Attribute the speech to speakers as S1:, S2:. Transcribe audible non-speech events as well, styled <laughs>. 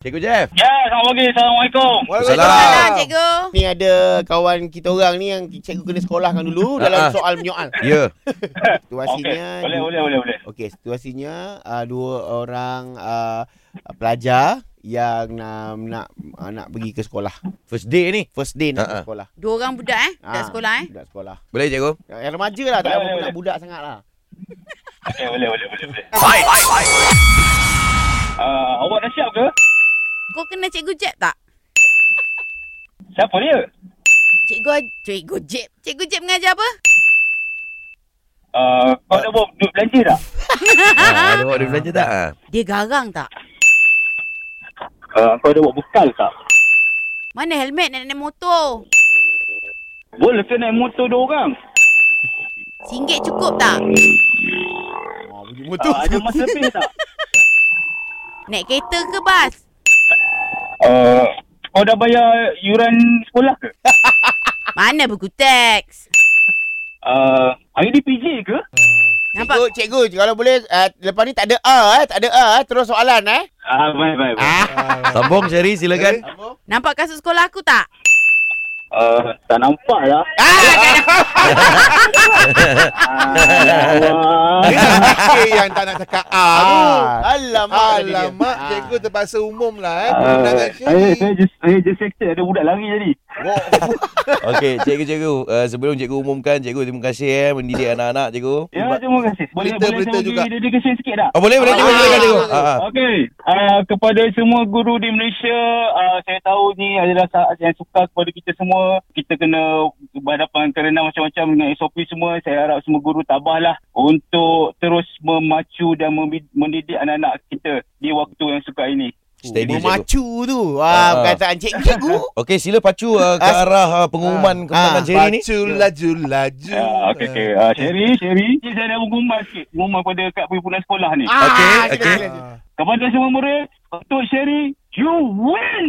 S1: Cikgu Jeff.
S2: Ya, selamat pagi. Assalamualaikum.
S3: Salam
S1: Waalaikumsalam.
S3: cikgu.
S4: Ni ada kawan kita orang ni yang cikgu kena sekolahkan dulu
S5: Ah,
S4: dalam
S1: Ha-ha.
S4: soal menyoal.
S1: Ya.
S2: Okey,
S4: Situasinya
S2: boleh, boleh, boleh, boleh.
S4: Okey, situasinya uh, dua orang uh, pelajar yang nak nak uh, nak pergi ke sekolah.
S1: First day ni.
S4: First
S5: Ah,
S4: day nak
S1: Ha-ha.
S4: ke sekolah.
S3: Dua orang budak eh? Budak
S4: Ah,
S3: sekolah eh?
S4: Budak sekolah.
S1: Boleh cikgu?
S4: Yang remaja lah, tak
S2: Boleh,
S4: apa
S2: boleh,
S4: nak
S2: boleh.
S4: budak sangat lah.
S2: Okey, boleh, boleh, boleh, boleh. Uh, awak dah siap ke?
S3: Kau kena cikgu Jeb tak?
S2: Siapa dia?
S3: Cikgu cikgu Jeb. Cikgu Jeb mengajar apa?
S2: Uh, kau nak buat duit belanja tak?
S1: Ha,
S4: Ah.
S1: ada awak ada belanja tak? Ha.
S3: <laughs> Dia garang tak?
S2: Uh, kau ada buat bekal tak?
S3: Mana helmet nak naik motor?
S2: Boleh ke naik motor dua orang?
S3: Singgit cukup tak?
S4: Oh, pergi
S2: Uh,
S4: motor.
S2: ada masa lebih tak?
S3: Naik kereta ke bas?
S2: Uh, kau dah bayar yuran sekolah ke?
S3: Mana buku teks?
S2: Uh, hari ni PJ ke?
S3: Nampak?
S4: <laughs> Cikgu, cikgu, kalau boleh uh, lepas ni tak ada A eh, tak ada A eh, terus soalan eh.
S2: Ah, baik, baik, baik.
S1: Sambung Sherry silakan.
S3: Nampak kasut sekolah aku tak? Ah,
S2: Uh, tak nampak lah.
S4: Ah.
S2: Ah,
S5: <laughs> Okey yang tak nak cakap A tu.
S4: Ah. Alamak.
S5: Alamak,
S4: Ah.
S5: cikgu terpaksa umum lah eh.
S2: Uh,
S5: Perundangan
S2: saya,
S5: Sherry.
S2: saya, just, saya just sektor ada budak lari tadi.
S1: Okey, cikgu-cikgu. Uh, sebelum cikgu umumkan, cikgu terima kasih eh mendidik anak-anak cikgu.
S2: Ya, terima kasih. Boleh
S5: Berita-
S2: boleh
S5: berita
S2: saya
S5: juga.
S2: bagi dedication sikit tak?
S1: Oh boleh boleh cikgu
S3: Ah.
S1: silakan cikgu. Ha. ha.
S2: Okey, uh, kepada semua guru di Malaysia, uh, saya tahu ni adalah saat yang sukar kepada kita semua. Kita kena berhadapan kerana macam-macam dengan SOP semua. Saya harap semua guru tabahlah untuk terus memacu dan membi- mendidik anak-anak kita di waktu yang sukar ini.
S1: Steady cikgu.
S4: Memacu tu.
S1: Ah.
S4: Wah, perkataan cikgu.
S1: <laughs>
S4: cikgu.
S1: Okey, sila pacu uh, ke
S4: Ah.
S1: arah uh, pengumuman
S4: Ah.
S1: kemenangan
S4: Ah,
S1: Sherry ni.
S5: Pacu laju laju.
S2: Uh, okey, okey. Uh, Sherry, Sherry. Ini saya nak pengumuman sikit. Pengumuman kepada Kak Perhimpunan Sekolah ni.
S1: Okey,
S4: Ah,
S1: okey.
S4: silakan, silakan.
S2: Kepada semua murid, untuk Sherry, you win!